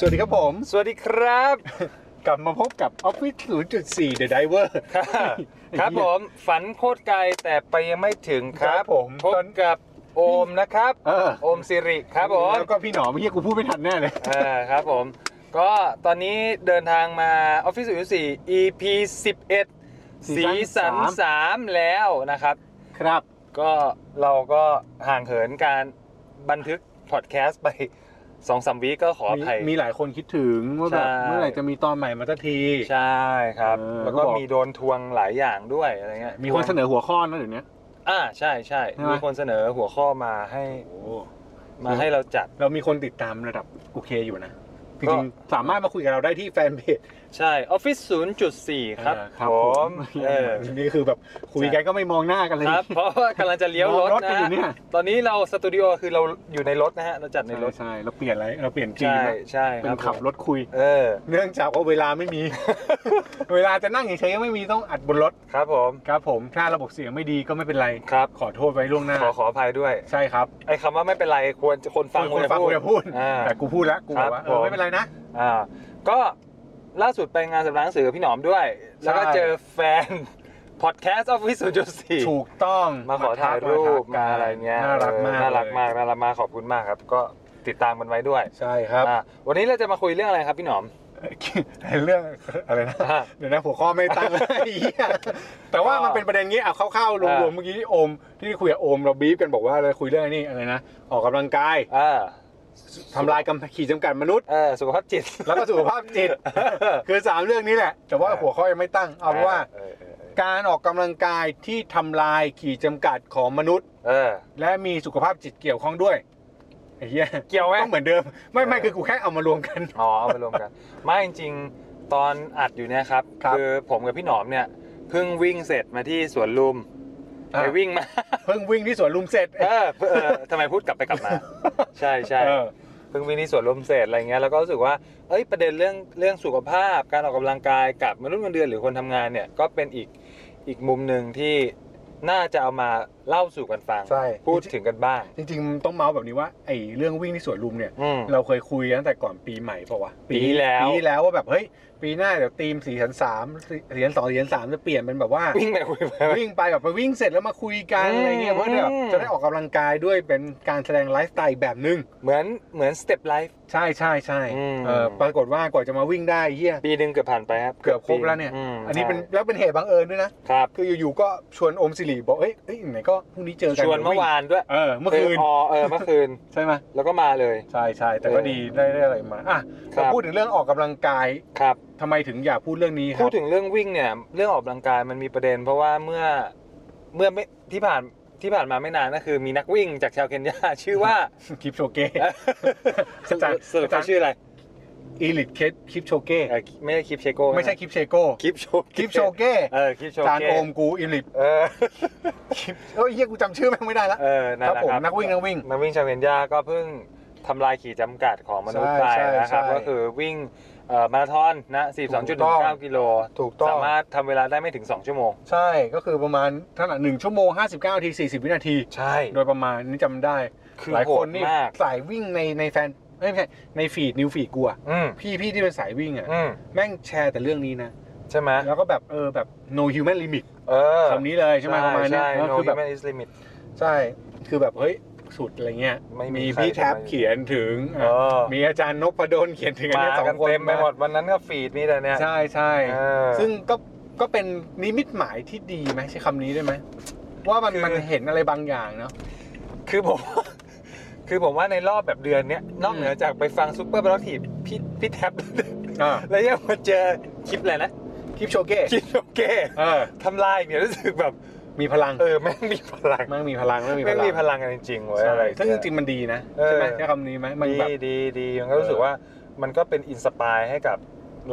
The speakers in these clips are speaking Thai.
สวัสดีครับผม สวัสดี ครับ กลับมาพบกับ Office 0.4 The Diver ครับผมฝันโคตรไกลแต่ไปยังไม่ถึงครั ครับ บผม พบ ตอน กับโอมนะครับ เออ โอมสิริครับผม แล้วก็พี่หนอมเมื่อกี้กูพูดไม่ทันแน่เลย เออครับผม ก็ตอนนี้เดินทางมาออฟฟิศ04 EP 11 สีสัน สาม สามแล้วนะครับ ครับ ก็เราก็ห่างเหินการบันทึกพอดแคสต์ไปสองสามวีก็ขออ มี ภัย มีหลายคนคิดถึงว่าแบบ ใช่ เมื่อไหร่จะมีตอนใหม่มาสักที ใช่ครับ เออ แล้วก็ ก็บอก มีโดนทวงหลายอย่างด้วยอะไรเงี้ย มีคนเสนอหัวข้อนะเดี๋ยวนี้ อ่าใช่ใช่ ใช่ไหม มีคนเสนอหัวข้อมาให้มาให้เราจัด เรามีคนติดตามระดับโอเคอยู่นะ จ ก็ ริงๆ สามารถมาคุยกับเราได้ที่แฟนเพจ ใช่ออฟฟิศ0.4 ครับ เออ ผมเออ นี่คือแบบคุยกันก็ไม่มองหน้ากันเลย ครับ เพราะว่ากำลังจะเลี้ยวรถ รถกั นะ นอยู่เนี่ย ตอนนี้เราสตูดิโอคือเราอยู่ในรถนะฮะ เราจัดในรถ ใช่เราเปลี่ยนอะไรเราเปลี่ยนจี ใช่ นะ ใช่ เป็ ครั น บ ขับรถคุย เออ เนื่องจากว่าเวลาไม่มี เวลาจะนั่งเฉยๆก็ไม่มีต้องอัดบนรถ ครับผม ครับผมถ้าระบบเสียงไม่ดีก็ไม่เป็นไร ครับ ขอโทษไว้ล่วงหน้า ขอขออภัยด้วย ใช่ครับ ไอ้คำว่าไม่เป็นไรควรจะคนฟัง คน จะ ฟัง พู กู ด จะพูด อ่า แต่กูพูดแล้วกู ครับ บอก ว่าเออ ผม ไม่เป็นไรนะ อ่าก็ล่าสุดไปงานสำนักหนังสือกับพี่หนอมด้วย แล้วก็ ใช่ เจอแฟน พอดแคสต์ออฟฟิศ0.4 ถูกต้อง มาขอถ่ายรูป ทัก มาอะไรเงี้ย น่ารักมาก เออน่ารักมาก เลย น่ารักมากขอบคุณมากครับ ก็ติดตามมันไว้ด้วย ใช่ครับ อ่ะวันนี้เราจะมาคุยเรื่องอะไรครับพี่หน อม เรื่องอะไรนะ อ่า เดี๋ยวนะหัวข้อไม่ตั้ ง ไอ้เหี้ยแต่ว่ามันเป็นประเด็นงี้เอาเข้าๆรวมๆเมื่อกี้ที่โอมที่คุยกับโอมเราบีบกันบอกว่าเราคุยเรื่องไอ้นี่อะไรนะออกกำลังกาย อ่า ทำลายกำแพงขีดจำกัดมนุษย์ เออสุขภาพจิต แล้วก็สุขภาพจิ ต คือสามเรื่องนี้แหละ แต่ว่า เออ หัวข้อยังไม่ตั้ง เอาเป็นว่า เออเออเออ การออกกำลังกายที่ทำลายขีดจำกัดของมนุษย์ เออ และมีสุขภาพจิตเกี่ยวข้องด้วยไอ้เหี้ย เกี่ยวไหม ต้องเหมือนเดิม ไม่ไม่ เออ คือกูแค่เอามารวมกัน อ๋อเอาไปรวมกัน ไม่จริงๆ ตอนอัดอยู่เนี่ยครับ ครับ อผมกับพี่หนอมเนี่ยเพิ่งวิ่งเสร็จมาที่สวนลุมไปวิ่งมา เพิ่งวิ่งที่สวนลุมเสร็จ เออเออทำไมพูดกลับไปกลับมา ใช่ใช่ เออ เพิ่งวิ่งที่สวนลมเสร็จอะไรเงี้ยแล้วก็รู้สึกว่าเอ้ยประเด็นเรื่องเรื่องสุขภาพ การออกกำลังกายกับมนุษย์เงินเดือนหรือคนทำงานเนี่ยก็เป็นอีกอีกมุมหนึ่งที่น่าจะเอามาเล่าสู่กันฟัง ใช่ พูดถึงกันบ้าง จริงๆต้องเมาส์แบบนี้ว่าไอ้เรื่องวิ่งที่สวนลุมเนี่ย อืม เราเคยคุยกันตั้งแต่ก่อนปีใหม่เปล่าวะ ปีแล้ว ปีแล้วว่าแบบเฮ้ยปีหน้าเดี๋ยวทีมสีสันสามสีสันสองสีสันสามจะเปลี่ยนเป็นแบบว่า วิ่งไปคุยไป วิ่งไปแบบไปวิ่งเสร็จแล้วมาคุยกัน อืม อะไรเงี้ยเพื่อแบบจะได้ออกกำลังกายด้วยเป็นการแสดงไลฟ์สไตล์แบบหนึง เหมือนเหมือนสเต็ปไลฟ์ ใช่ใช่ใช่ อืม เออปรากฏว่ากว่าจะมาวิ่งได้เฮีย ปีหนึ่งเกือบผ่านไปครับ เกือบครบแล้วเนี่ย ม อันนี้เป็น ใช่ แล้วเป็นเหตุบังเอิญด้วยนะ ครับ คืออยู่ๆก็ชวนอมสิริบอกเอ้ยเอ้ยไหนก็พรุ่งนี้เจอกัน ชวนเมื่อวานด้วย เออเมื่อคืน เออเออเมื่อคืน ใช่ไหม แล้วก็มาเลย ใช่ใช่แต่ก็ เออ ดีได้ได้อะไรมาอ่ะ ครับ มาพูดถึงเรื่องออกกำลังกาย ครับ ทำไมถึงอยากพูดเรื่องนี้ค พู รั ด บ ถึงเรื่องวิ่งเนี่ยเรื่องออกกำลังกายมันมีประเด็น เพราะว่าเมื่อเมื่อไม่ที่ผ่านที่ผ่านมาไม่นานก็คือมีนักวิ่งจากชาวเคนยา ชื่อว่า คลิปโชเก้ อาจารย์ สรุปเขาชื่ออะไร อีลิทเคสคลิปโชเก้ เอ่อไม่ใช่คลิปเชโก้ ไม่ใช่คลิปเชโก้ คลิปโช คลิปโชเก้ เออคลิปโช จานโอมกูอิลิท เออ เอ้ยเฮียกูจำชื่อแม่งไม่ได้ละ เออนั่น ครับ แหละ ผม ครับ นักวิ่งนักวิ่ง นักวิ่งชาวเคนยาก็เพิ่งทำลายขีดจำกัดของมนุษย์ ใช่ ไป ใช่ นะครับ ใช่ ก็คือวิ่งเอ่อมาราธอนนะ ถูกต้อง 42.19กิโล ถูกต้อง สามารถทำเวลาได้ไม่ถึง 2 ชั่วโมง ใช่ก็คือประมาณเท่าไหร่หนึ่งชั่วโมง 59ที40 วินาที ใช่ โดยประมาณนี่จำได้ คือ หลาย โห คน ด นี่ มาก สายวิ่งในในแฟนเอ้ยไม่ใช่ในฟีดนิวฟีดกูอะ อืม พี่พี่ที่เป็นสายวิ่งอะ อืม แม่งแชร์แต่เรื่องนี้นะ ใช่ไหม แล้วก็แบบเออแบบ no human limit เออ คำนี้เลยใช่ไหมประมาณเนี้ย ใช่ เออ โน คือ แบ แบบ บ อิสลิมิต ใช่ คือแบบ เฮ้ย สุดอะไรเงี้ย ไม่มี มี ใคร พี่แท็บ จะมาอยู่ เขียนถึง เอ อ่ะ อ มีอาจารย์นพดลเขียนถึงอัน มา เนี้ยสอง กัน คน เต็มไปหมดวันนั้นก็ฟีดนี่แหละเนี่ย ใช่ใช่ เออ ซึ่งก็ก็เป็นนิมิตหมายที่ดีไหมใช้คำนี้ได้ไหม ว่ามัน คือ มันเห็นอะไรบางอย่างเนาะ คือผม คือผมว่าในรอบแบบเดือนเนี้ยนอกเหนือจากไปฟังซุปเปอร์บล็อกทีพี่พี่แท็บ อ่า แล้วยังมาเจอคลิปอะไรนะ คลิปโชเก้ คลิปโอเค เออ ทำลายเนี่ยรู้สึกแบบ มีพลัง เออแม่งมีพลัง แม่งมีพลังแม่งมีพ แม่ง ลัง มีพลังกันจริงๆเว้ย ใช่ อะไร ซึ่งจริงๆมันดีนะ เออ ใช่ไหมใช้คำนี้ไหมมัน ดี แบบ ดีดีมันก็รู้สึกว่า มันก็เป็นอินสปายให้กับ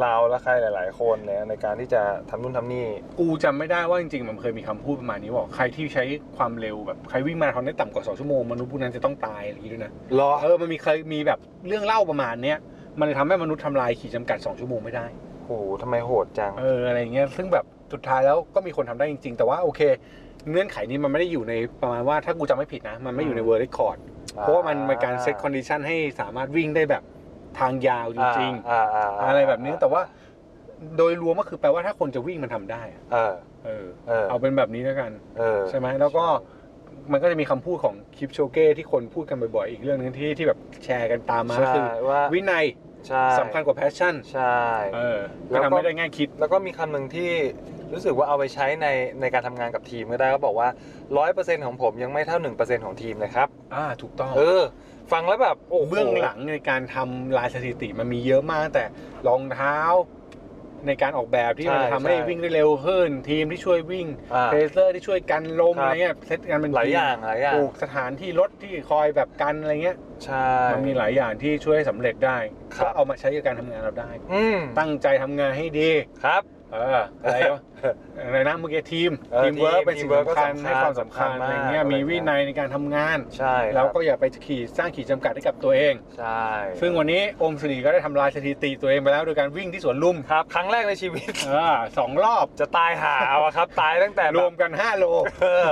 เราและใครหลาย ๆ คนเลยในการที่จะทำนู่นทำนี่ กูจำไม่ได้ว่าจริงๆ มันเคยมีคำพูดประมาณนี้บอกใครที่ใช้ความเร็วแบบใครวิ่งมาราธอนได้ต่ำกว่า 2 ชั่วโมงมนุษย์ผู้นั้นจะต้องตายอะไรอย่างนี้ด้วยนะ รอ เออมันมีเคยมีแบบเรื่องเล่าประมาณเนี้ยมันเลยทำให้มนุษย์ทำลายขีดจำกัด 2 ชั่วโมงไม่ได้ โอ้โหทำไมโหดจัง เอออะไรอย่างเงี้ยซึ่งแบบสุดท้ายแล้วก็มีคนทำได้จริง ๆ แต่ว่าโอเค เงื่อนไขนี้มันไม่ได้อยู่ในประมาณว่าถ้ากูจำไม่ผิดนะ มันไม่อยู่ในเวอร์เรคคอร์ดเพราะว่ามันเป็นการเซตคอนดิชันให้สามารถวิ่งได้แบบทางยาวจริง ๆ อ่าาา อะไรแบบนี้แต่ว่า โดยรวมก็คือแปลว่าถ้าคนจะวิ่งมันทำได้อะ เออ เออ เออ เอาเป็นแบบนี้แล้วกัน เออ ใช่ไหมแล้วก็มันก็จะมีคำพูดของคลิปโชเก้ที่คนพูดกันบ่อยๆ อีกเรื่องหนึงที่ที่แบบแชร์กันตามมา ใช่ คือ ว่า วินัย ใช่ สำคัญกว่าแพชชั่น ใช่ เออ แล้ ก็ วก็ ทำให้ได้ง่ายคิด แล้วก็มีคำหนึ่งที่รู้สึกว่าเอาไปใช้ในในการทำงานกับทีมก็ได้ก็บอกว่า 100%ของผมยังไม่เท่า 1%ของทีมเลยครับ อ่าถูกต้อง เออ ฟังแล้วแบบโอ้โ เบื้องหลังในการทำลายสถิติมันมีเยอะมากแต่รองเท้า ในการออกแบบที่ ใช่ มันทำให้ ใช่ วิ่งได้เร็วขึ้นทีมที่ช่วยวิ่ง อ่า เพลเซอร์ที่ช่วยกันลม ครับ อะไรเงี้ยเซตกันเป็น หลาย ทีม อย่างหลายอย่าง ปลูกสถานที่รถที่คอยแบบกันอะไรเงี้ย ใช่ มันมีหลายอย่างที่ช่วยให้สำเร็จได้ ครับ ก็เอามาใช้กับการทำงานเราได้ อืม ตั้งใจทำงานให้ดี ครับ เออ อะไร วะอะไรนะเมื่อกี้ทีม เออ ทีมเวิร์ก ทีม เป็นสิ่ง teamwork สำคัญให้ก็สำคัญความสำคัญ สำคัญ อะ มาก ไรเงี้ย อะไรเงี้ มี ย วินัยในการทำงาน ใช่ครับ แล้วก็อย่าไปขีดสร้างขีดจำกัดให้กับตัวเอง ใช่ ซึ่งวันนี้อมสิริก็ได้ทำลายสถิติตัวเองไปแล้วโดยการวิ่งที่สวนลุม ครับ ครั้งแรกในชีวิต เออสองรอบ จะตายหาวอะครับ ตายตั้งแต่แบบ รวมกัน 5 โล เออ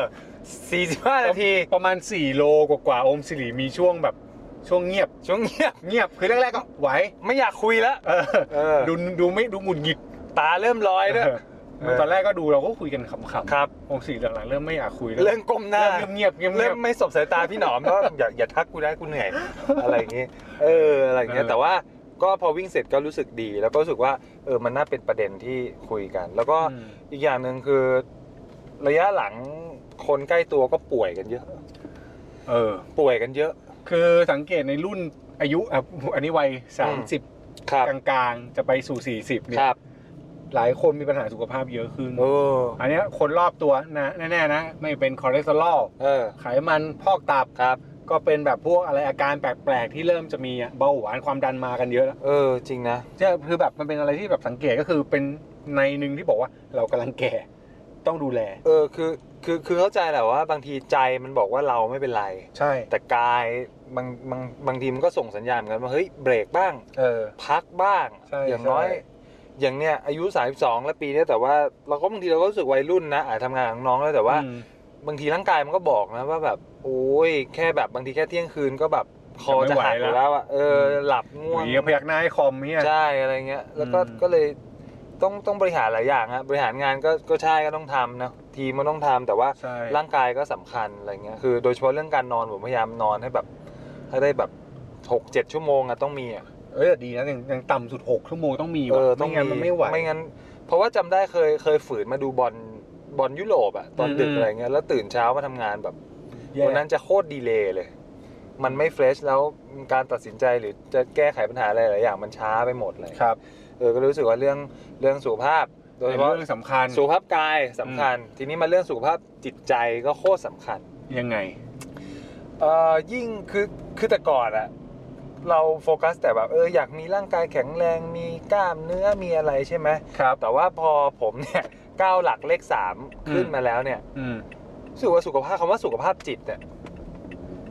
45 นาที ประมาณ 4 โลกว่าๆอมสิริมีช่วงแบบช่วงเงียบ ช่วงเงียบ เงียบคือแรกๆก็ไหว ไม่อยากคุยแล้ว เออ เออ ดูดูไม่ดูหงุดหงิด ตาเริ่มลอยด้วย เออตอนแรกก็ดูเราก็คุยกันขำ ครับ ๆองค์สี่หลังๆเริ่มไม่อยากคุยแล้ว เรื่องก้มหน้า เริ่มเงียบๆเงียบๆ เริ่มไม่สบสายตาพี่หน อมเพราะอย่าอย่าทักกูได้กูเหนื่อย อะไรอย่างงี้ เอออะไรอย่างเงี้ยแต่ว่าก็พอวิ่งเสร็จก็รู้สึกดี แล้วก็รู้สึกว่าเออมันน่าเป็นประเด็นที่คุยกัน แล้วก็ อืม อีกอย่างหนึ่งคือ ระยะหลังคนใกล้ตัวก็ป่วยกันเยอะ เออ ป่วยกันเยอะ คือสังเกตในรุ่นอายุอ่ะอันนี้วัย อื สามสิบ ครับ กลางๆ จะไปสู่สี่สิบเนี่ยครับ หลายคนมีปัญหาสุขภาพเยอะขึ้น โอ้ อันเนี้ยคนรอบตัวนะแน่ๆนะ ไม่เป็นคอเลสเตอรอล เออ ไขมันพอกตับ ครับ ก็เป็นแบบพวกอะไรอาการแปลกๆ ที่เริ่มจะมีอ่ะเบาหวานความดันมากันเยอะแล้ว เออจริงนะ ใช่คือแบบมันเป็นอะไรที่แบบสังเกตก็คือเป็นในหนึ่งที่บอกว่าเรากำลังแก่ต้องดูแล เออคือคือคือเข้าใจแหละว่า บางทีใจมันบอกว่าเราไม่เป็นไร ใช่ แต่กายบางบางบางทีมันก็ส่งสัญญาณเหมือนกันว่าเฮ้ยเบรกบ้าง เออ พักบ้าง ใช่ อย่างน้อย ใช่ อย่างเนี้ยอายุ 32 แล้วปีเนี้ยแต่ว่าเราก็บางทีเราก็รู้สึกวัยรุ่นนะอาจทำงานของน้องแล้วแต่ว่า อืม บางทีร่างกายมันก็บอกนะว่าแบบโอ้ยแค่แบบบางทีแค่เที่ยงคืนก็แบบคอจะหัก จะไม่ไหวละ อยู่แล้วอ่ะเออหลับง่วง หนีพยักหน้าให้คอมเนี่ย ใช่อะไรเงี้ย แล้วก็ อืม ก็เลยต้องต้องบริหารหลายอย่างฮะบริหารงานก็ก็ใช่ก็ต้องทำนะทีมก็ต้องทำแต่ว่า ใช่ ร่างกายก็สำคัญอะไรเงี้ย คือโดยเฉพาะเรื่องการนอนผมพยายามนอนให้แบบให้ได้แบบหกเจ็ดชั่วโมงอะต้องมีอะ เออแต่ดีนะยังยังต่ำสุดหกชั่วโมงต้องมี เอ ว่ะ อต้อ ไม่ ง งั้นมันไม่ไหว ไม่งั้น เพราะว่าจำได้เคยเคยฝืนมาดูบอลบอลยุโรปอะตอนดึก อืม อะไรเงี้ยแล้วตื่นเช้ามาทำงานแบบ แย่ วันนั้นจะโคตรดีเลย์เลย มันไม่เฟรชแล้วการตัดสินใจหรือจะแก้ไขปัญหาอะไรหลายอย่างมันช้าไปหมดเลย ครับ เออก็รู้สึกว่าเรื่องเรื่องสุขภาพ โดยเฉ เป็น พาะ เรื่องสำคัญ สุขภาพกายสำคัญ ทีนี้มาเรื่องสุขภาพจิตใจก็โคตรสำคัญ ยังไง เอ่อยิ่งคือคือแต่ก่อนอะเราโฟกัสแต่แบบเอออยากมีร่างกายแข็งแรงมีกล้ามเนื้อมีอะไรใช่ไหม ครับ แต่ว่าพอผมเนี่ย ก้าวหลักเลขสามขึ้นมาแล้วเนี่ย อืม รู้สึกว่าสุขภาพคำว่าสุขภาพจิตเนี่ย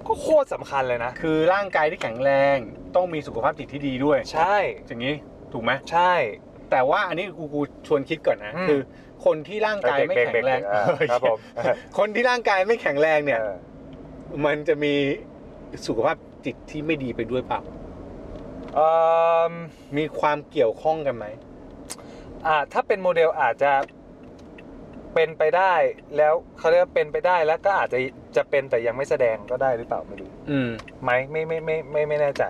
ก็โคตรสำคัญเลยนะ คือร่างกายที่แข็งแรงต้องมีสุขภาพจิตที่ดีด้วย ใช่ อย่างนี้ถูกไหม ใช่ แต่ว่าอันนี้กูกูชวนคิดก่อนนะ อืม คือ คนที่ร่างกายไม่แข็งแรง เด็กๆเด็กๆอ่าครับผม คนที่ร่างกายไม่แข็งแรงเนี่ย เออ มันจะมีสุขภาพจิตที่ไม่ดีไปด้วยเปล่า เอิ่ม มีความเกี่ยวข้องกันไหม อ่าถ้าเป็นโมเดลอาจจะเป็นไปได้ แล้วเขาเรียกว่าเป็นไปได้แล้วก็อาจจะจะเป็นแต่ยังไม่แสดงก็ได้หรือเปล่าไม่รู้ อืม ไหมไม่ไม่ไม่ไม่ไม่แน่ใจ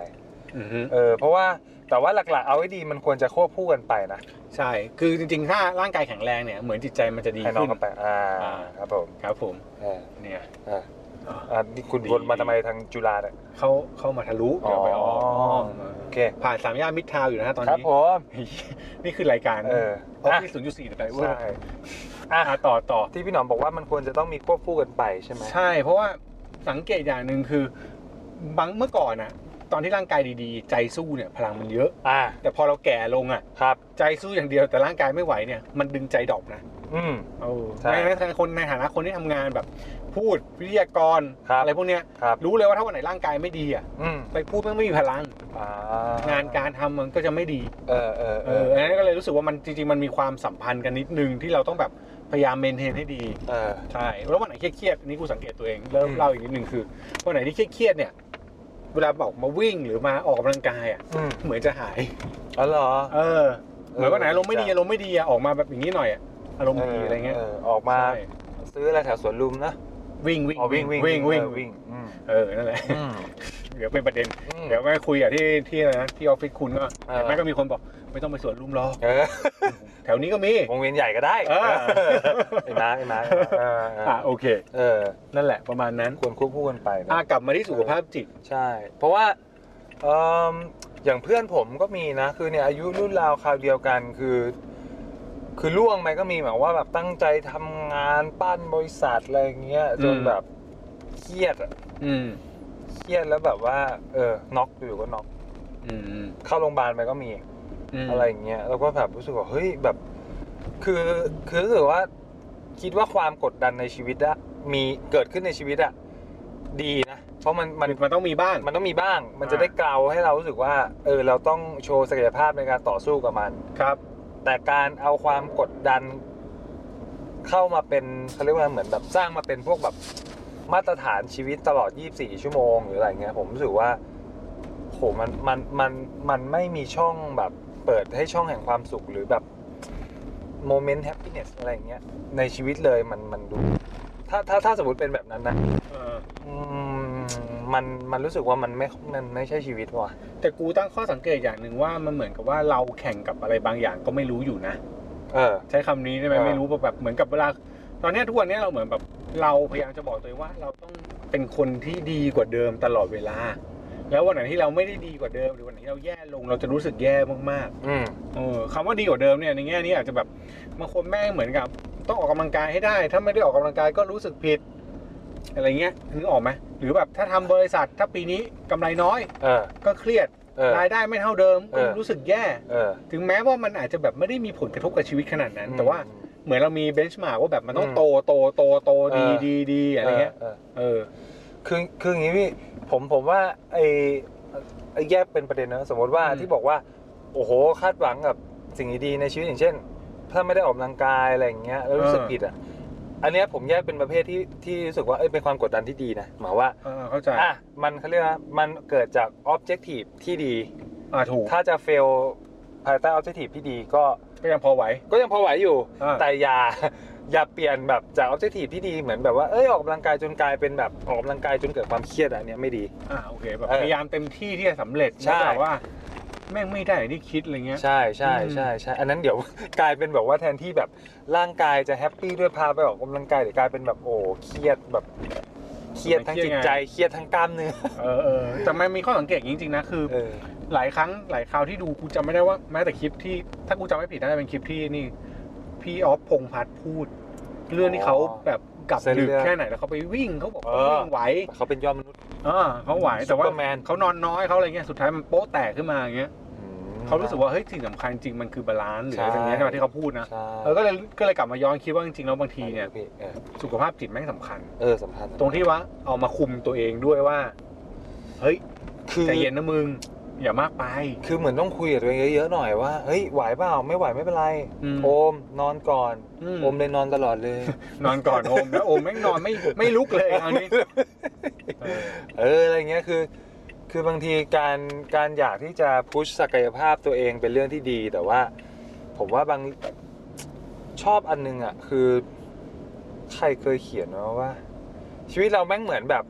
อือฮึ เออเพราะว่าแต่ว่าหลักๆ เอาให้ดีมันควรจะควบคู่กันไปนะ ใช่ คือจริงๆ ถ้าร่างกายแข็งแรงเนี่ย เหมือนจิตใจมันจะดี ให้น้อง ขึ้น กันไปอ่า อ่า ครับผม ครับผม เออ เนี่ย เอออ่านี่คุณ ดี วนมาทำไมทางจุฬาเนี่ย เข้าเข้ามาทะลุ เดี๋ยวไปอ้อม โอเค ผ่านสามย่านมิตรทาวน์อยู่นะฮะตอน ครับ นี้ ผม นี่คือรายการ เออ ออฟ อ่ะ ฟิศศูนย์จุดสี่แต่ไดเวอ ใช่ ร์ อ่ะ อ่ะต่อต่อ ที่พี่หนอมบอกว่ามันควรจะต้องมีควบคู่กันไปใช่ไหม ใช่ เพราะว่าสังเกตอย่างหนึ่งคือ บางเมื่อก่อนอะ ตอนที่ร่างกายดีๆ ใจสู้เนี่ยพลังมันเยอะ อ่า แต่พอเราแก่ลงอ่ะ ครับ ใจสู้อย่างเดียวแต่ร่างกายไม่ไหวเนี่ยมันดึงใจดรอปนะ อืม เออ ใช่ ในในคนในฐานะคนที่ทำงานแบบ พูดวิทยากร ครับ อะไรพวกเนี้ย ครับ รู้เลยว่าถ้าวันไหนร่างกายไม่ดีอ่ะ อืม ไปพูดมันไม่มีพลัง อ่าง านการทำมันก็จะไม่ดี เออเออ เอออันนั้นก็เลยรู้สึกว่ามันจริง ๆ มันมีความสัมพันธ์กันนิดนึงที่เราต้องแบบพยายามเมนเทนให้ดี เออ ใช่ แล้ววันไหนเครียดๆอันนี่กูสังเกตตัวเอง เริ่ม อืม เล่าอีกนิดนึงคือวันไหนที่เครียดๆเนี่ย เวลาบอกมาวิ่งหรือมาออกกำลังกายอ่ะ อืม เหมือนจะหาย อ๋อเหรอ เออ เหมือนวันไหนอารมณ์ไม่ดีอารมณ์ไม่ดีอะออกมาแบบอย่างนี้หน่อยอะอารมณ์ดีอะไรเงี้ย ออกมา ใช่ ซื้ออะไรแถวสวนลุมนะ วิ่งวิ่ง อ๋อวิ่งวิ่ง วิ่งวิ่ง เออวิ่งอืม เออนั่นแหละ อืม เดี๋ยวเป็นประเด็น อืม เดี๋ยวแม่คุยกับที่ที่อะไรนะที่ออฟฟิศคุณก็ เออ แม่ก็มีคนบอกไม่ต้องไปสวนลุมหรอก เออ แถวนี้ก็มี วงเวียนใหญ่ก็ได้ เออ ไอ้มาไอ้มาเออเออ อ่ะโอเค เออ นั่นแหละประมาณนั้น ควรควบคู่กันไปนะ อ่ะกลับมาที่สุขภาพจิต ใช่ เพราะว่าเอิ่มอย่างเพื่อนผมก็มีนะ คือเนี่ยอายุรุ่นราวคราวเดียวกันคือ คือล่วงไปก็มีแบบว่าแบบตั้งใจทำงานปั้นบริษัทอะไรอย่างเงี้ยจน อืม แบบเครียดอะ อืม เครียดแล้วแบบว่าเออน็อกอยู่ก็น็อก อืม เข้าโรงพยาบาลไปก็มี ม อะไรอย่างเงี้ยแล้วก็แบบรู้สึกว่าเฮ้ยแบบคือคือรู้สึกว่าคิดว่าความกดดันในชีวิตอะมีเกิดขึ้นในชีวิตอะดีนะ เพราะมัน มั มัน น มันต้องมีบ้าง มันต้องมีบ้าง มัน อ่า จะได้เกลาให้เรารู้สึกว่าเออเราต้องโชว์ศักยภาพในการต่อสู้กับมัน ครับ แต่การเอาความกดดัน เข้ามาเป็นเขาเรียกว่าเหมือนแบบสร้างมาเป็นพวกแบบมาตรฐานชีวิตตลอด 24 ชั่วโมงหรืออะไรเงี้ยผมรู้สึกว่าโหมันมันมันมันไม่มีช่องแบบเปิดให้ช่องแห่งความสุขหรือแบบโมเมนต์แฮปปี้เนสอะไรเงี้ยในชีวิตเลยมันมันดู ถ้าถ้าถ้าสมมติเป็นแบบนั้นนะ เออ อืมมันมันรู้สึกว่ามันไม่มันไม่ใช่ชีวิตว่ะ แต่กูตั้งข้อสังเกตอย่างหนึ่งว่ามันเหมือนกับว่าเราแข่งกับอะไรบางอย่างก็ไม่รู้อยู่นะ เออ ใช้คำนี้ได้ไหม เออ ไม่รู้แบบเหมือนกับเวลาตอนเนี้ยทุกวันเนี้ยเราเหมือนแบบเราพยายามจะบอกตัวเองว่า เราต้องเป็นคนที่ดีกว่าเดิมตลอดเวลา แล้ววันไหนที่เราไม่ได้ดีกว่าเดิมหรือวันไหนที่เราแย่ลงเราจะรู้สึกแย่มาก อืม ๆเออคำว่าดีกว่าเดิมเนี่ยในแง่นี้อาจจะแบบบางคนแม่งเหมือนกับ ต้องออกกำลังกายให้ได้ ถ้าไม่ได้ออกกำลังกายก็รู้สึกผิด อะไรเงี้ยนึกออกไหมหรือแบบถ้าทำบริษัทถ้าปีนี้กำไรน้อย เออ ก็เครียด เออ รายได้ไม่เท่าเดิมก็ เออ รู้สึกแย่ เออ ถึงแม้ว่ามันอาจจะแบบไม่ได้มีผลกระทบกับชีวิตขนาดนั้น แต่ว่าเหมือนเรามีเบนช์มาร์กว่าแบบมันต้อง อืม โตโตโตโตดี เออ ดีดีอะไรเงี้ย เออ คือคืออย่างนี้พี่ผมผมว่าไอ้ไอ้แยกเป็นประเด็นนะสมมติว่า อืม ที่บอกว่า โอ้โหคาดหวังกับสิ่งดีๆในชีวิตอย่างเช่น ถ้าไม่ได้ออกกำลังกายอะไรอย่างเงี้ยแล้วรู้สึกผิดอ่ะอันเนี้ยผมแยกเป็นประเภทที่ที่รู้สึกว่าเอ้ยเป็นความกดดันที่ดีนะหมายว่า เออเข้าใจ อ่ะมันเขาเรียกว่ามันเกิดจาก objective ที่ดี อ่าถูก ถ้าจะ fail ภายใต้ objective ที่ดีก็ ก็ยังพอไหว ก็ยังพอไหวอยู่ อ่า แต่อย่า อย่าเปลี่ยนแบบจาก objective ที่ดีเหมือนแบบว่าเอ้ยออกกำลังกายจนกลายเป็นแบบออกกำลังกายจนเกิดความเครียดอะอันเนี้ยไม่ดี อ่าโอเคแบบ เออ พยายามเต็มที่ที่จะสำเร็จ ใช่ แต่ว่า แม่งไม่ได้อย่างที่คิดอะไรเงี้ย ใช่ใช่ อืม ใช่ใช่อันนั้นเดี๋ยว กลายเป็นแบบว่าแทนที่แบบร่างกายจะแฮปปี้ด้วยพาไปออกกำลังกายเดี๋ยวกลายเป็นแบบโอ้เครียดแบบเครียดทั้งจิตใจเครียดทั้งกล้ามเนื้อ เออเออแต่มันมีข้อสังเกตอย่างนี้จริงๆนะคือ เออ หลายครั้งหลายคราวที่ดูกูจำไม่ได้ว่าแม้แต่คลิปที่ ถ้ากูจำไม่ผิดน่าจะเป็นคลิปที่นี่ พี่ออฟพงษ์พัฒน์พูด เรื่องที่เขาแบบกลับดึกแค่ไหนแล้วเขาไปวิ่งเขาบอกเขาวิ่งไหว เขาเป็นยอดมนุษย์ อ่าเขาไหวแต่ว่า Superman เขานอนน้อยเขาอะไรเงี้ยสุดท้ายมันโป๊ะแตกขึ้นมาอย่างเงี้ยเขารู้สึกว่าเฮ้ยสิ่งสำคัญจริงมันคือบาลานซ์หรืออะไรอย่างเงี้ยใช่ไหมที่เขาพูดนะ ใช่ เออก็เลยก็เลยกลับมาย้อนคิดว่าจริงๆแล้วบางทีเนี่ย พี่เออ สุขภาพจิตแม่งสำคัญ เออสำคัญ ตรงที่ว่าเอามาคุมตัวเองด้วยว่าเฮ้ย คือ ใจเย็นนะมึงอย่ามากไป คือเหมือนต้องคุยกับตัวเองเยอะๆหน่อยว่าเฮ้ยไหวเปล่าไม่ไหวไม่เป็นไร อืม โอมนอนก่อน อืม โอมเลยนอนตลอดเลย นอนก่อนโอมแล้วโอมแม่งนอนไม่ไม่ลุกเลยเอานี้เออ เอออะไรเงี้ยคือ คือบางทีการการอยากที่จะพุชศักยภาพตัวเองเป็นเรื่องที่ดี แต่ว่า ผมว่าบางชอบอันนึงอ่ะคือ ใครเคยเขียนมาว่า ชีวิตเราแม่งเหมือนแบบ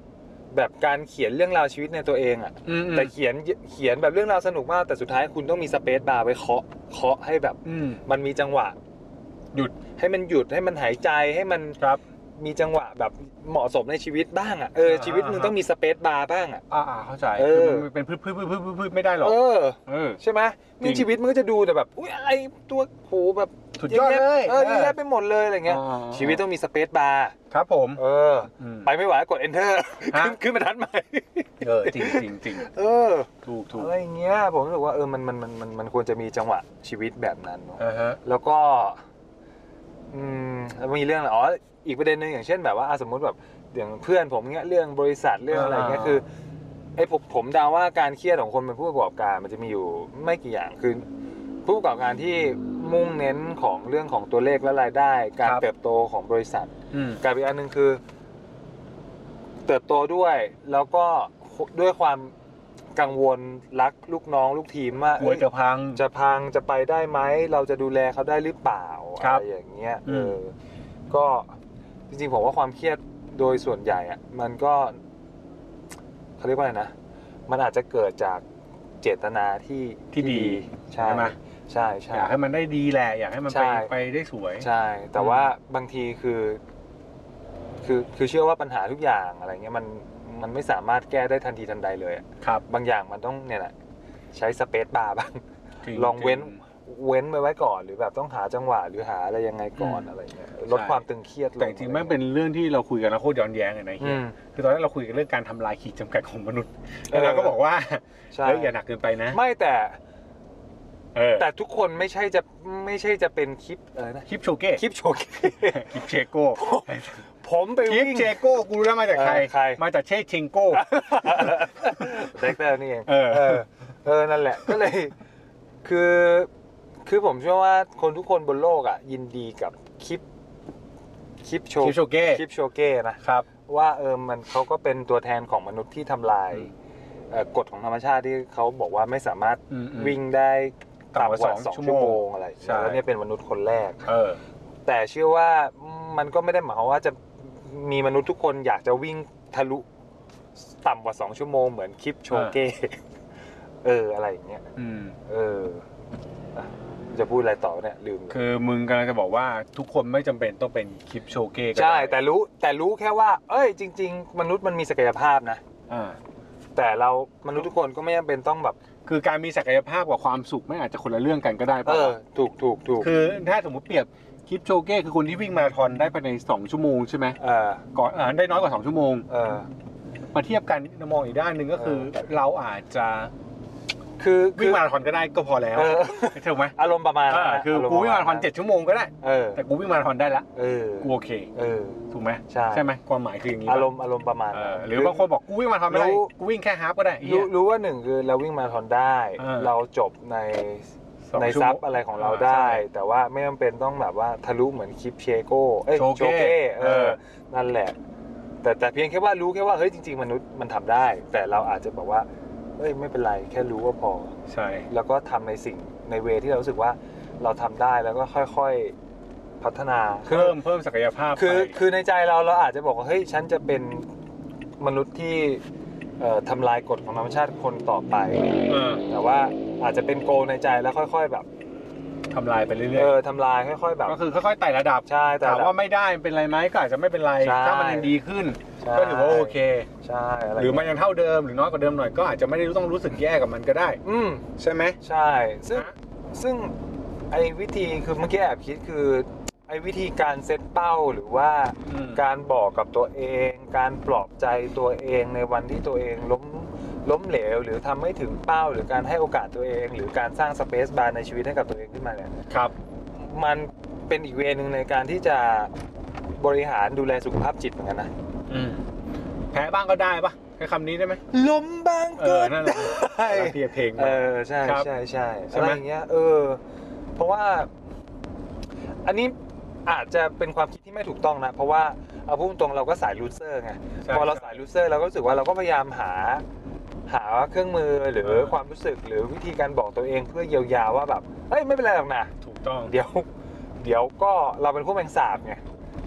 แบบการเขียนเรื่องราวชีวิตในตัวเองอ่ะ อืมอืม แต่เขียนเขียนแบบเรื่องราวสนุกมาก แต่สุดท้ายคุณต้องมีสเปซบาร์ไว้เคาะเคาะให้แบบ อืม มันมีจังหวะ หยุด ให้มันหยุดให้มันหายใจให้มัน ครับ มีจังหวะแบบเหมาะสมในชีวิตบ้างอ่ะเออ อ่า ชีวิตมึงต้องมีสเปซบาร์บ้างอ่ะ อ่าอ่าเข้าใจ เออ คือมันเป็นพืชพืชพืชพืชพืชไม่ได้หรอก เออ เออ ใช่ไหม จริ นี่ ง ชีวิตมึงก็จะดูแต่แบบอุ้ยอะไรตัวโหแบบ สุดยอดเลย เออเยอะแยะไปหมดเลยอะไรเงี้ย อ๋อ ชีวิตต้องมีสเปซบาร์ ครับผม เออ ม ไปไม่ไหวกด enter ฮะ ขึ้นขึ้นมาทัดใหม่ เออจริงจริงจริง เออ ถูกถูก อะไรอย่างเงี้ยผมรู้สึกว่าเออมันมันมันมันมันควรจะมีจังหวะชีวิตแบบนั้นเนอะ อ่าฮะ แล้วก็อืมแล้วมีเรื่องอะไรอ๋ออีกประเด็นหนึ่งอย่างเช่นแบบว่าอ่ะสมมติแบบอย่างเพื่อนผมเงี้ยเรื่องบริษัทเรื่องอะไรเงี้ยคือไอ้ผมผมเดาว่าการเครียดของคนเป็นผู้ประกอบการมันจะมีอยู่ไม่กี่อย่างคือ ผู้ประกอบการที่มุ่งเน้นของเรื่องของตัวเลขและรายได้ การเติบโตของบริษัท อืม กับอีกอันหนึ่งคือ เติบโตด้วย แล้วก็ด้วยความกังวลรักลูกน้องลูกทีมว่าลัวกเอ้ย จะพัง จะพังจะไปได้ไหมเราจะดูแลเขาได้หรือเปล่า ครั อะ บ ไรอย่างเงี้ย อื เอ ม อก็จริงๆผมว่าความเครียดโดยส่วนใหญ่อะมันก็เขาเรียกว่าอะไรนะมันอาจจะเกิดจากเจตนาที่ ที่ดี ใช่ ใช่ไหม ใช่ใช่ อยากให้มันได้ดีแหละอยากให้มัน ใช่ ไปไปได้สวย ใช่ แต่ว่าบางทีคือ คือ คือเชื่อว่าปัญหาทุกอย่างอะไรเงี้ยมัน มันไม่สามารถแก้ได้ทันทีทันใดเลยอะ ครับ บางอย่างมันต้องเนี่ยแหละใช้สเปซบาร์ บ้าง จริ ลองเว้น จริ เว้นไปไว้ก่อน หรือแบบต้องหาจังหวะหรือหาอะไรยังไงก่อน อืม อะไรเงี้ยลด ใช่ ความตึงเครียดลง แต่จริงๆแม่งเป็นเรื่องที่เราคุยกันแล้วโคตรย้อนแย้งเลยนะ อื เฮีย ม คือตอนแรกเราคุยกันเรื่องการทำลายขีดจำกัดของมนุษย์ เอ แล้ว อ เราก็บอกว่า ใช่ เฮ้ยอย่าหนักเกินไปนะ ไม่แต่ เออ แต่ทุกคนไม่ใช่จะไม่ใช่จะเป็นคลิปอะไรนะ คลิปโชเก้ คลิปโชว์ คลิปเชโก้ ผมไป คลิป วิ่ง เชโก้กูรู้แล้วมาจากใคร เออใคร มาจากเชเชงโก้ เด็กแรกนี่เอง เออ เออ เออ นั่นแหละ ก็เลย คือ คือผมเชื่อว่าคนทุกคนบนโลกอ่ะ ยินดีกับคลิป คลิปโช คลิปโชเก้ คลิปโชเก้นะ ครับ ว่าเออ มันเขาก็เป็นตัวแทนของมนุษย์ที่ทำลาย อืม เอ่อกฎของธรรมชาติที่เขาบอกว่าไม่สามารถ อืมอืม วิ่งได้ ต่ำกต่ำก ว่า ว่า ส ส อ อง ง ชั่ ชั่ ว ว โม โม ง งอะไรอย่าง ใช่ เงี้ยแล้วเนี่ยเป็นมนุษย์คนแรก เออ แต่เชื่อว่ามันก็ไม่ได้หมายความว่าจะมีมนุษย์ทุกคนอยากจะวิ่งทะลุต่ำกว่าสองชั่วโมงเหมือนคลิปโชเก้ เอออะไรอย่างเงี้ย อืม เอออ่ะจะพูดอะไรต่อเนี่ยลืมเลย คือมึงกำลังจะบอกว่าทุกคนไม่จำเป็นต้องเป็นคลิปโชเก้ก็ ใช่ ได้ แต่รู้แต่รู้แค่ว่า เอ้ย จริง ๆ มนุษย์มันมีศักยภาพนะ อ่า แต่เรามนุษย์ทุกคนก็ไม่จำเป็นต้องแบบ คือการมีศักยภาพกับความสุขไม่อาจจะคนละเรื่องกันก็ได้ เอ ปะ อ ถูกถูกถูก คือถ้าสมมติเปรียบคลิปโชเก้คือคนที่วิ่งมาราธอนได้ภายใน 2 ชั่วโมงใช่ไหม เออ ก่อนอ่าได้น้อยกว่า 2 ชั่วโมง เออ มาเทียบกันมองอีกด้านหนึ่งก็คือ เออ เราอาจจะ คือ วิ่งมาราธอนก็ได้ก็พอแล้ว เออ ถูกไหม อารมณ์ประมาณ เอ นั้น อ นะ คือกูวิ่งมาราธอนเจ็ดชั่วโมงก็ได้ เออ แต่กูวิ่งมาราธอนได้ละ เออ กูโอเค เออ ถูกไหม ใช่ ใช่ไหมความหมายคืออย่างนี้ปะ อารมณ์อารมณ์ประมาณ เอ นั้อนหรือบางคนบอกกูวิ่งมาราธอนไม่ได้ รู้ กูวิ่งแค่ฮาล์ฟก็ได้เหี้ รู้ ย รู้ว่าหนึ่งคือเราวิ่งมาราธอนได้ เออ เราจบใน สอง ใน ชั่ว ซั โม บ ง อะไรของเรา อ่า ได้ ใช่ แต่ว่าไม่จำเป็นต้องแบบว่าทะลุเหมือนคลิปเชโก้เอ้ย โชเก้ เอ เอ อ อ นั่นแหละ แต่แต่เพียงแค่ว่ารู้แค่ว่าเฮ้ยจริง ๆ มนุษย์มันทำได้ แต่เราอาจจะแบบว่าเฮ้ยไม่เป็นไรแค่รู้ก็พอ ใช่ แล้วก็ทำในสิ่งในเวที่เรารู้สึกว่าเราทำได้แล้วก็ค่อยๆพัฒนาคือ เพิ่มเพิ่มศักยภาพ คือ ไป คือในใจเราเราอาจจะบอกว่าเฮ้ยฉันจะเป็นมนุษย์ที่เอ่อทำลายกฎของธรรมชาติคนต่อไป เออ แต่ว่าอาจจะเป็นโกลในใจแล้วค่อย ๆ แบบ ทำลายไปเรื่ เอ อย อทำลายค่อย ๆ แบบ ๆ ก็คือค่อยๆไต่ระดับ ใช่แต่ ถาม แบบ ว่าไม่ได้มันเป็นไรไหมก็อาจจะไม่เป็นไร ใช่ ถ้ามันยังดีขึ้น ใช่ ก็ถือว่าโอเค ใช่อะไร หรือมันยังเท่าเดิมหรือน้อยกว่าเดิมหน่อยก็อาจจะไม่ได้ต้องรู้สึกแย่กับมันก็ได้ อืม ใช่ไหม ใช่ ซึ่งซึ่งไอ้วิธีคือเมื่อกี้แอบคิดคือไอ้วิธีการเซตเป้าหรือว่า อืม การบอกกับตัวเอง การปลอบใจตัวเองในวันที่ตัวเองล้มล้มเหลว หรือทำไม่ถึงเป้า หรือการให้โอกาสตัวเอง หรือการสร้างสเปซบาร์ในชีวิตให้กับตัวเองขึ้นมาเนี่ย ครับ มันเป็นอีกเวย์หนึงในการที่จะบริหารดูแลสุขภาพจิตเหมือนกันนะ อืมแพ้บ้างก็ได้ปะใช้คำนี้ได้ไหม ล้มบ้าง เอ ก็ อนั่นแหละ ได้ แล้วเพียเพลงมา เออใช่ ครับ ใช่ใช่ ใช่ อะไหไรม อย่างเงี้ยเออ เพราะว่า อันนี้อาจจะเป็นความคิดที่ไม่ถูกต้องนะ เพราะว่าเอาพูดตรงๆเราก็สายลูเซอร์ไง ใช่ พอเราสายลูเซอร์เราก็รู้สึกว่าเราก็พยายามหาหาเครื่องมือหรือความรู้สึกหรือวิธีการบอกตัวเองเพื่อเยียวยาว่าแบบเฮ้ยไม่เป็นไรหรอกนะ ถูกต้อง เดี๋ยว เดี๋ยวก็เราเป็นพวกแมงสาบไง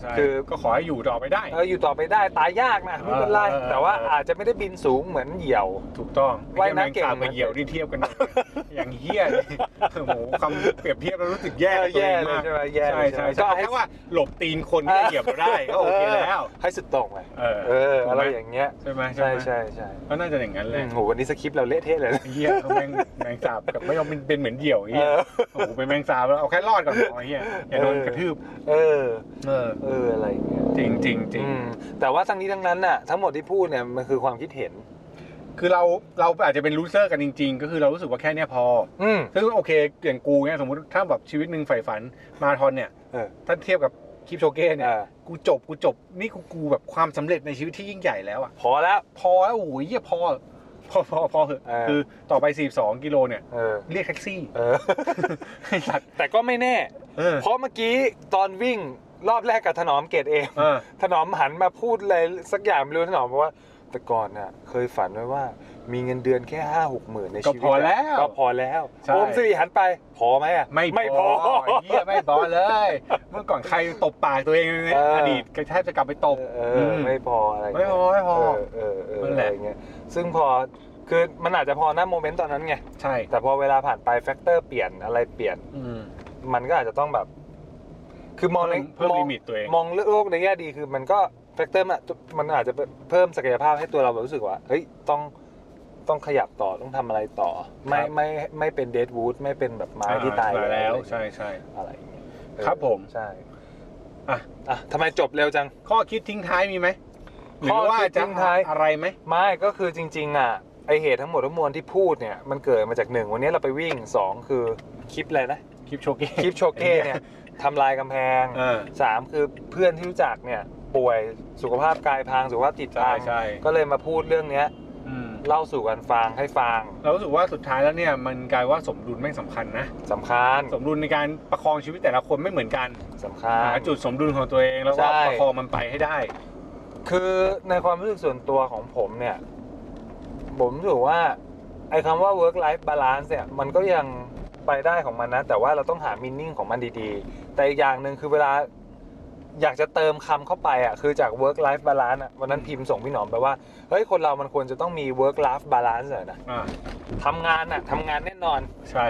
ใช่ คือ ก็ขอให้อยู่ต่อไปได้ เอออยู่ต่อไปได้ตายยากนะไม่เป็นไร เออเออเออ แต่ว่าอาจจะไม่ได้บินสูงเหมือนเหยี่ยว ถูกต้อง ว่ายน้ำเก่ง ไอ้หี้แมสบกับเหยี่ยวที่เทียบกัน อย่างเฮี้ยเลย โอ้โหคำเปรียบเทียบเรารู้สึกแย่กับตัว แย่ เอง เลย มาก ใช่ไหมแย่ ใช่ เลย ใช่ ไหม ใช่ ให้ แค่ว่าหลบตีนคนที่เหยียบเรา ได้ก็โอเคแล้ว ให้สุดโตรงไป เออ เออ ถูก อะ ไห ไร ม อย่างเงี้ย ใช่ไหม ใช่ ไหม ใช่ใช่ ก็น่าจะอย่างนั้นแห อื ละ มโหวันนี้สคริปต์เราเละเทะเลยนะ ไอ้เหี้ยเขาแมงแมงสาบกับไม่ยอมเป็นเป็นเหมือนเดี่ยวไอ้ เอ เหี้ย อ โอ้โหเป็นแมงสาบแล้วเอาแค่รอดก่อนพอไอ้เหี้ยอย่าโดน เออ กระทืบ เออ เออ เอออะไรอย่างเงี้ย จริงจริงจริง อืมแต่ว่าทั้งนี้ทั้งนั้นน่ะทั้งหมดที่พูดเนี่ยมันคือความคิดเห็น คือเราเราอาจจะเป็นลูเซอร์กันจริง ๆ ก็คือเรารู้สึกว่าแค่เนี้ยพอ อืม ซึ่งโอเคอย่างกูเนี่ยสมมติถ้าแบบชีวิตหนึ่งใฝ่ฝันมาราธอนเนี่ย เออ ถ้าเทียบกับคลิปโชเก้เนี่ย อ่า กูจบกูจบนี่กูกูแบบความสำเร็จในชีวิตที่ยิ่งใหญ่แล้วอ่ะ พอแล้ว พอแล้วโอ้ยเหี้ยพอ พอพอพอเหอะ เออ คือต่อไป42กิโลเนี่ย เออ เรียกแท็กซี่ เออ ให้สัตว์ แต่ก็ไม่แน่ เออ เพราะเมื่อกี้ตอนวิ่งรอบแรกกับถนอมเกตเอง เออ ถนอมหันมาพูดอะไรสักอย่างไม่รู้ถนอมบอกว่า แต่ก่อนน่ะ เคยฝันไว้ว่า มีเงินเดือนแค่ห้าหกหมื่นในชีวิต ก็พอแล้ว ก็พอแล้ว ใช่ โอมสิริหันไป พอไหมอ่ะ ไม่ ไม่ พ พ อ อ เหี้ยไม่พอเลย เมื่อก่อนใครตบปากตัวเองใน เออ อ อ ดีตก็แทบจะกลับไปตบ เออไม่พออะไร ไม่พอไม่พอ เออเออ นั่ เออน อะ แห ไร ละ เงี้ยซึ่งพอคือมันอาจจะพอหน้าโมเมนต์ตอนนั้นไง ใช่ แต่พอเวลาผ่านไปแฟกเตอร์เปลี่ยนอะไรเปลี่ยน อืม มันก็อาจจะต้องแบบ คือมอง เพิ่มในเพิ่ม มอง ลิมิตตัวเอง มองโลกในแง่ดีคือมันก็แฟกเตอร์มันอาจจะเพิ่มศักยภาพให้ตัวเราแบบรู้สึกว่าเฮ้ยต้องต้องขยับต่อต้องทำอะไรต่อ ไม่ ครับ ไม่ไม่เป็นเดดวูดไม่เป็นแบบไม้ที่ตาย อ่แล้วใช่ใช่ อะไรอย่างเงี้ยเออ ครับผม ใช่ อ่ะ อ่ะทำไมจบเร็วจัง ข้อคิดทิ้งท้ายมีไหมหรื ข้ อ อ ว่า คิด จะ ทิ้งท้าย อะไรไหม ไม่ก็คือจริง ๆ อ่ะ ไอเหตุทั้งหมดทั้งมวลที่พูดเนี่ยมันเกิดมาจากหนึ่งวันนี้เราไปวิ่งสองคือคลิปอะไรนะ คลิปโชเก้ คลิปโชเก้ เนี่ยทำลายกำแพง เออ สามคือเพื่อนที่รู้จักเนี่ยป่วยสุขภาพกายพังสุขภาพจิต ใช่ พัง ใช่ ก็เลยมาพูดเรื่องเนี้ย อืม เล่าสู่กันฟังให้ฟัง เรารู้สึกว่าสุดท้ายแล้วเนี่ย มันกลายว่าสมดุลไม่งสำคัญนะ สำคัญ สมดุลในการประคองชีวิตแต่ละคนไม่เหมือนกัน สำคัญ หาจุดสมดุลของตัวเองแล้วก็ ใช่ ประคองมันไปให้ได้ คือในความรู้สึกส่วนตัวของผมเนี่ย ผมรู้สึกว่าไอ้คำว่า work life balance เนี่ยมันก็ยังไปได้ของมันนะ แต่ว่าเราต้องหา meaning ของมันดีๆ แต่อีกอย่างหนึ่งคือเวลาอยากจะเติมคำเข้าไปอ่ะคือจาก work life balance อ่ะวันนั้นพิมพ์ส่งพี่หนอมไปว่าเฮ้ยคนเรามันควรจะต้องมี work life balance หน่อยนะ อ่า ทำงานอ่ะทำงานแน่นอน ใช่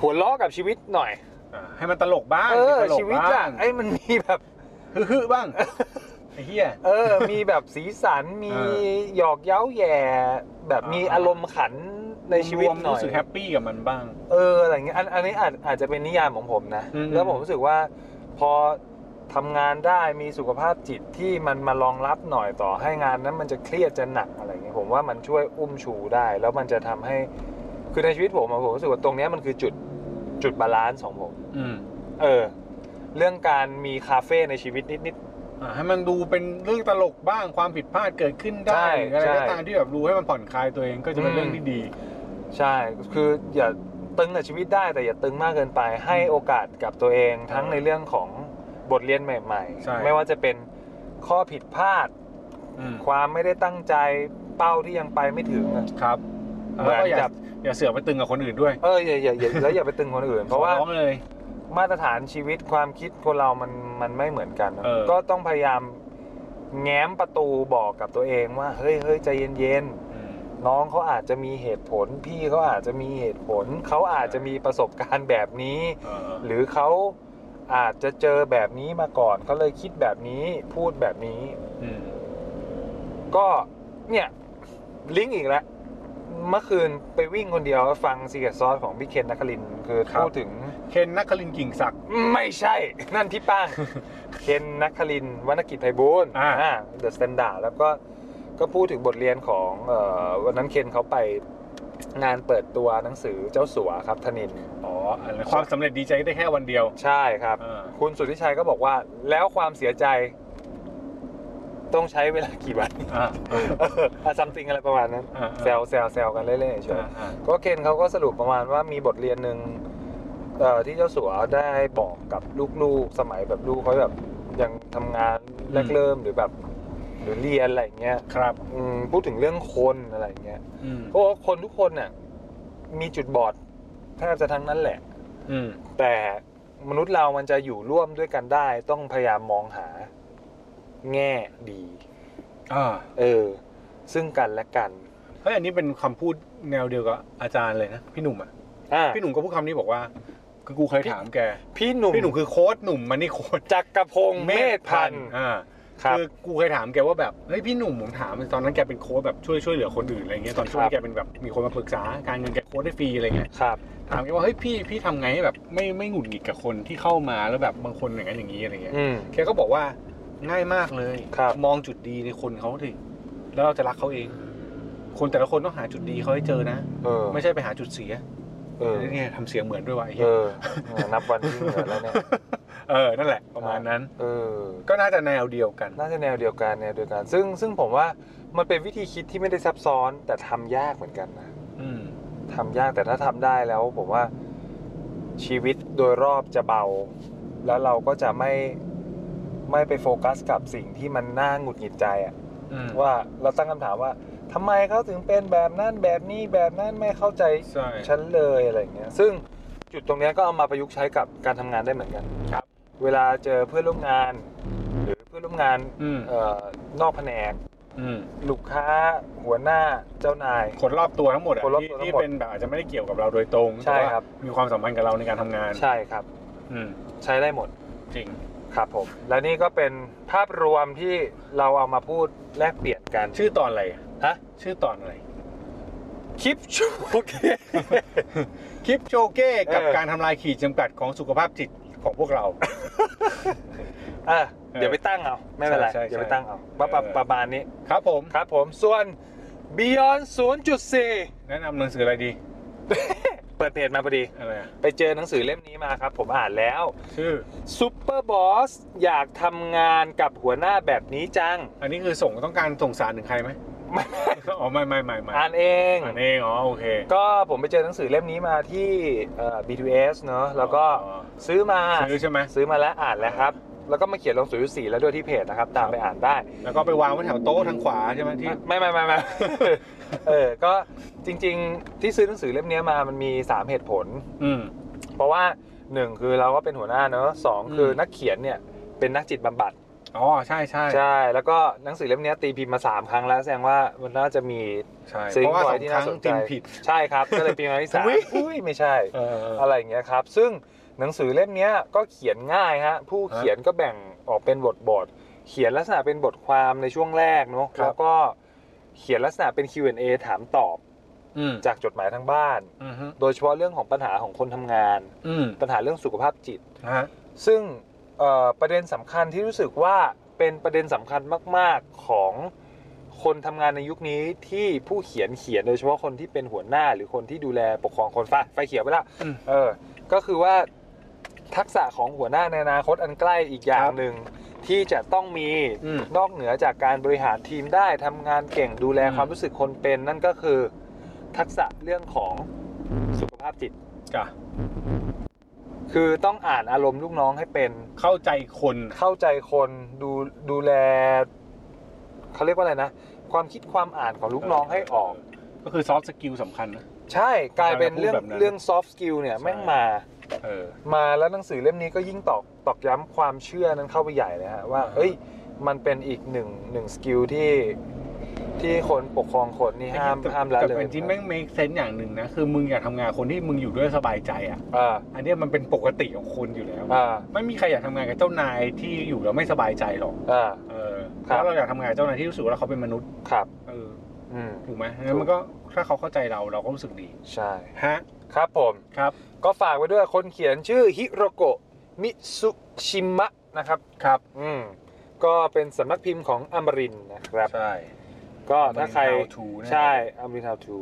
หัวล้อกับชีวิตหน่อย อ่าให้มันตลกบ้าง เออ มีตลก ชีวิต บ้า อ่ะ ง ไอ้มันมีแบบ ฮึ่ยๆบ้างไอ้เหี้ย เออ มีแบบสีสัน มี เอ หยอกเย้าแหย่แบบ อ่ามี มีอารมณ์ขันในชีวิต รมๆ หน่อย รู้สึกแฮปปี้กับมันบ้าง เอออะไรเงี้ยอันอันนี้อาจอาจจะเป็นนิยามของผมนะ อืม แล้วผมรู้สึกว่าพอทำงานได้มีสุขภาพจิตที่มันมารองรับหน่อยต่อให้งานนั้นมันจะเครียดจะหนักอะไรเงี้ยผมว่ามันช่วยอุ้มชูได้ แล้วมันจะทำให้คือในชีวิตผมอะผมรู้สึกว่าตรงเนี้ยมันคือจุดจุดบาลานซ์ของผม อืม เออ เรื่องการมีคาเฟ่ในชีวิตนิด อ่าให้มันดูเป็นเรื่องตลกบ้างความผิดพลาดเกิดขึ้นได้ใช่หรืออะไร ใช่ ก็ตามที่แบบรู้ให้มันผ่อนคลายตัวเองก็จะเป็น อืม เรื่องที่ดี ใช่ คืออย่าตึงกับชีวิตได้แต่อย่าตึงมากเกินไป ให้โอกาสกับตัวเองทั้งในเรื่องของบทเรียนใหม่ ใช่ ๆ ไม่ว่าจะเป็นข้อผิดพลาด อืม ความไม่ได้ตั้งใจเป้าที่ยังไปไม่ถึงอะ ครับ เหมื แล้ว อน ก็อย่า กับ อย่าเสือกไปตึงกับคนอื่นด้วย เอออย่าอย่าอย่า แล้วอย่าไปตึงคนอื่น เพราะว่า ขอร้องเลย มาตรฐานชีวิตความคิดคนเรามันมันไม่เหมือนกันนะ เออ ก็ต้องพยายามแง้มประตูบอกกับตัวเองว่าเฮ้ยเฮ้ยใจเย็นๆ อืม น้องเขาอาจจะมีเหตุผล พี่เขาอาจจะมีเหตุผล เขาอาจจะมีประสบการณ์แบบนี้ เออ หรือเขาอาจจะเจอแบบนี้มาก่อนเขาเลยคิดแบบนี้พูดแบบนี้ อืม ก็เนี่ย ลิงก์อีกแล้ว เมื่อคืนไปวิ่งคนเดียวฟังซีเกตซอสของพี่เคนนักคลินทร์คือพูดถึง เคนนักคลินทร์กิ่งศักดิ์ ไม่ใช่ นั่นที่ ป้าง เคนนักคลินทร์วรรณกิจไพบูลย์ อ่า เดอะสแตนดาร์ดแล้วก็ก็พูดถึงบทเรียนของเออวันนั้นเคนเขาไปงานเปิดตัวหนังสือเจ้าสัวครับธนินทร์ อ๋ออะไรนะความสำเร็จดีใจได้แค่วันเดียว ใช่ครับ เออ คุณสุทธิชัยก็บอกว่าแล้วความเสียใจ ต้องใช้เวลากี่ วัน อ่าอ่า ซัมติงอะไรประมาณนั้น อ่า แซวแซวแซวกันเล่นๆเฉย อ่า ๆ อ่า ก็เคนเขาก็สรุปประมาณว่ามีบทเรียนหนึ่งเอ่อที่เจ้าสัวได้บอกกับลูกๆ สมัยแบบลูกเขาแบบยังทำงานแรกเริ่มหรือแบบ หรือเรียนอะไรอย่างเงี้ย ครับ อืมพูดถึงเรื่องคนอะไรอย่างเงี้ย อืม ก็บอกว่าคนทุกคนน่ะมีจุดบอดแทบจะทั้งนั้นแหละ อืม แต่มนุษย์เรามันจะอยู่ร่วมด้วยกันได้ ต้องพยายามมองหาแง่ดี อ่า เออ ซึ่งกันและกัน เฮ้ยอันนี้เป็นคำพูดแนวเดียวกับอาจารย์เลยนะ พี่หนุ่มอ่ะ อ่า พี่หนุ่มก็พูดคำนี้บอกว่า คือกูเคยถามแก พี่หนุ่ม พี่หนุ่มคือโค้ดหนุ่มมันนี่โค้ด จักรพงศ์เมธพันธ์ อ่า ครับ คือกูเคยถามแกว่าแบบเฮ้ยพี่หนุ่มผมถามตอนนั้นแกเป็นโค้ชแบบช่วยช่วยเหลือคนอื่นอะไรเงี้ยตอนช่วง ครับ ที่แกเป็นแบบมีคนมาปรึกษาการเงินแกโค้ชได้ฟรีอะไรเงี้ย ครับ ถามแกว่าเฮ้ยพี่พี่ทำไงให้แบบไม่ไม่หงุดหงิดกับคนที่เข้ามาแล้วแบบบางคนอย่างนั้นอย่างนี้อะไรเงี้ย อืม แกก็บอกว่าง่ายมากเลย ครับ มองจุดดีในคนเขาถึงแล้วเราจะรักเขาเอง คนแต่ละคนต้องหาจุดดีเขาให้เจอนะ เออ ไม่ใช่ไปหาจุดเสีย เออ เนี่ยทำเสียงเหมือนด้วยวะไอ้ เอ เหี้ย อนับวันที่เหลือแล้วเนี่ย เออนั่นแหละประมาณนั้น เออ ก็น่าจะแนวเดียวกัน น่าจะแนวเดียวกันแนวเดียวกัน ซึ่งซึ่งผมว่ามันเป็นวิธีคิดที่ไม่ได้ซับซ้อนแต่ทำยากเหมือนกันนะ อืม ทำยากแต่ถ้าทำได้แล้วผมว่าชีวิตโดยรอบจะเบา แล้วเราก็จะไม่ไม่ไปโฟกัสกับสิ่งที่มันน่าหงุดหงิดใจอะ อืม ว่าเราตั้งคำถามว่าทำไมเขาถึงเป็นแบบนั้นแบบนี้แบบนั้นไม่เข้าใจ ใช่ ฉันเลยอะไรอย่างเงี้ยซึ่งจุดตรงเนี้ยก็เอามาประยุกต์ใช้กับการทำงานได้เหมือนกันครับ เวลาเจอเพื่อนร่วมงาน หรือเพื่อนร่วมงาน อืม เอ่อนอกแผนก อืม ลูกค้าหัวหน้าเจ้านาย คนรอบตัวทั้งหมดอะ คนรอบ ที่ ตัวทั้งหมที่ดเป็นแบบอาจจะไม่ได้เกี่ยวกับเราโดยตรง ใช่ แต่ว่า ครับ มีความสัมพันธ์กับเราในการทำงาน ใช่ครับ อืม ใช้ได้หมด จริง ครับผม และนี่ก็เป็นภาพรวมที่เราเอามาพูดแลกเปลี่ยนกัน ชื่อตอนอะไรอะ ฮะ ชื่อตอนอะไร คลิปชูโอเค คลิปโชเก้กับ เออ การทำลายขีดจำกัดของสุขภาพจิตของพวกเรา อ่ะเดี๋ยวไปตั้งเอา ไม่เป็นไร ใช่ใช่ เดี๋ยวไปตั้งเอาว่าประ เออ ประมาณนี้ ครับผม ครับผมส่วน Beyond 0.4 แนะนำหนังสืออะไรดี เปิดเพจมาพอดี อะไรอะ ไปเจอหนังสือเล่มนี้มาครับ ผมอ่านแล้ว ชื่อ Super Boss อยากทำงานกับหัวหน้าแบบนี้จัง อันนี้คือส่งต้องการส่งสารถึงใครไหม ไม่ อ๋อไม่ไม่ไม่ไม่ อ่านเอง อ่านเองอ๋อโอเค ก็ผมไปเจอหนังสือเล่มนี้มาที่เอ่อ B2S เนอะแล้วก็ อ๋อ ซื้อมา ซื้อใช่ไหม ซื้อมาแล้วอ่านแล้วครับ แล้วก็มาเขียนลงสุยุสีแล้วด้วยที่เพจนะครับ ตามไปอ่านได้ แล้วก็ไปวางไว้แถวโต๊ะทางขวาใช่ไหมที่ ไม่ไม่ไม่ไม่ เออก็จริงๆที่ซื้อหนังสือเล่มนี้มามันมี 3 เหตุผล อืม เพราะว่า 1 คือเราก็เป็นหัวหน้าเนอะสองคืออ ม นักเขียนเนี่ยเป็นนักจิตบำบัด อ๋อใช่ใช่ ใช่ แล้วก็หนังสือเล่มนี้ตีพิมพ์มา 3 ครั้งแล้วแสดงว่ามันน่าจะมี ใช่ ซื้อ เพราะว่า ไว้ สอง ที่ ค น่า รั้ง สนใจ ติมผิด ใช่ครับ ก็เลยพิมพ์มาที่สาม อุ๊ย อุ้ยไม่ใช่ เออ อะไรอย่างเงี้ยครับ ซึ่งหนังสือเล่มเนี้ยก็เขียนง่ายฮะ ผู้เขียนก็แบ่งออกเป็นบทบท เขียนลักษณะเป็นบทความในช่วงแรกเนาะ ครับ แล้วก็เขียนลักษณะเป็น Q&A ถามตอบ อืม จากจดหมายทางบ้าน อืมฮึ โดยเฉพาะเรื่องของปัญหาของคนทำงาน อืม ปัญหาเรื่องสุขภาพจิต นะฮะ ซึ่งเอ่อประเด็นสำคัญที่รู้สึกว่าเป็นประเด็นสำคัญมาก ๆ ของคนทำงานในยุคนี้ที่ผู้เขียนเขียนโดยเฉพาะคนที่เป็นหัวหน้าหรือคนที่ดูแลปกครองคนไฟไฟเขียวไปละ อืม เออก็คือว่าทักษะของหัวหน้าในอนาคตอันใกล้อีกอย่า ค ง รับ หนึ่งที่จะต้องมี อืม นอกเหนือจากการบริหารทีมได้ทำงานเก่งดูแล อืม ความรู้สึกคนเป็น นั่นก็คือทักษะเรื่องของสุขภาพจิต จ้ะ คือต้องอ่านอารมณ์ลูกน้องให้เป็น เข้าใจคน เข้าใจคนดูดูแลเขาเรียกว่าอะไรนะ ความคิดความอ่านของลูกน้องให้ออก ก็คือซอฟต์สกิลสำคัญนะ ใช่กลายเป็นเรื่อง การพูดแบบนั้น เรื่องซอฟต์สกิลเนี่ย ใช่ แม่งมา เออ มาแล้วหนังสือเล่มนี้ก็ยิ่งตอกตอกย้ำความเชื่อนั้นเข้าไปใหญ่เลยฮะว่า อ่า เอ้ยมันเป็นอีกหนึ่งหนึ่งสกิลที่ที่คนปกครองคนนี่ห้าม แต่ ห้ามละ แต่ เลย เป็นจริงแม่ง make sense อย่างหนึ่งนะ คือมึงอยากทำงานคนที่มึงอยู่ด้วยสบายใจอ่ะ อ่า อันเนี้ยมันเป็นปกติของคนอยู่แล้ว อ่า ไม่มีใครอยากทำงานกับเจ้านายที่อยู่แล้วไม่สบายใจหรอก อ่า เออ ครับ แล้วเราอยากทำงานกับเจ้านายที่รู้สึกว่าเขาเป็นมนุษย์ ครับ เออ อืม ถูกไหมงั้นมันก็ถ้าเขาเข้าใจเราเราก็รู้สึกดี ใช่ ฮะ ครับผม ครับ ก็ฝากไว้ด้วยคนเขียนชื่อฮิโรโกะมิสุชิมะนะครับ ครับ อืมก็เป็นสำนักพิมพ์ของอมรินทร์นะครับ ใช่ ก็ถ้าใคร มันเป็น how to แน่ ใช่อมรินทาวทู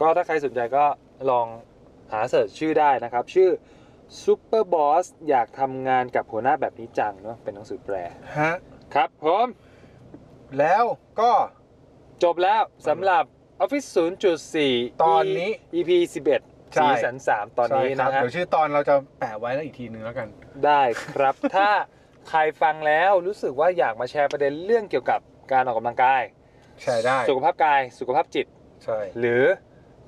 ก็ถ้าใครสนใจก็ลองหาเสิร์ชชื่อได้นะครับ ชื่อซูเปอร์บอสอยากทำงานกับหัวหน้าแบบนี้จังเนาะเป็นหนังสือแปล ฮะ ครับผม แล้วก็ จบแล้วสำหรับ Office 0.4 ตอนนี้ EP 11 ใช่ สีสัน3 ตอนนี้ ใช่ค นะ รับ ฮะ เดี๋ยวชื่อตอนเราจะแปะไว้แล้วอีกทีนึงแล้วกัน ได้ ครับ ถ้าใครฟังแล้วรู้สึกว่าอยากมาแชร์ประเด็นเรื่องเกี่ยวกับการออกกำลังกาย แชร์ได้ สุขภาพกาย สุขภาพจิต ใช่ หรือ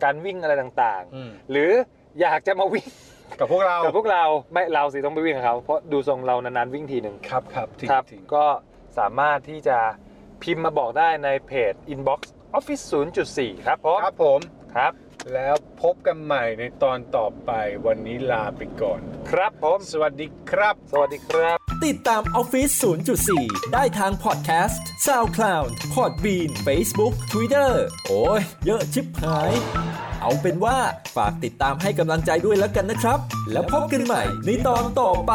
การวิ่งอะไรต่าง อืม ๆ หรืออยากจะมาวิ่ง กับพวกเรา กับพวกเราไม่เราสิต้องไปวิ่งกับเขาเพราะดูทรงเรานานๆวิ่งทีหนึ่ง ครับครับจริง ครับ จริง ก็สามารถที่จะพิมพ์มาบอกได้ในเพจ inbox office 0.4 ครับผม ครับผม ครับ แล้วพบกันใหม่ในตอนต่อไปวันนี้ลาไปก่อน ครับผม สวัสดีครับ สวัสดีครับ ติดตาม Office 0.4 ได้ทาง Podcast SoundCloud Podbean Facebook Twitter โอ้ย เยอะชิบหาย เอาเป็นว่าฝากติดตามให้กำลังใจด้วยแล้วกันนะครับ แล้วพบกันใหม่ในตอนต่อไป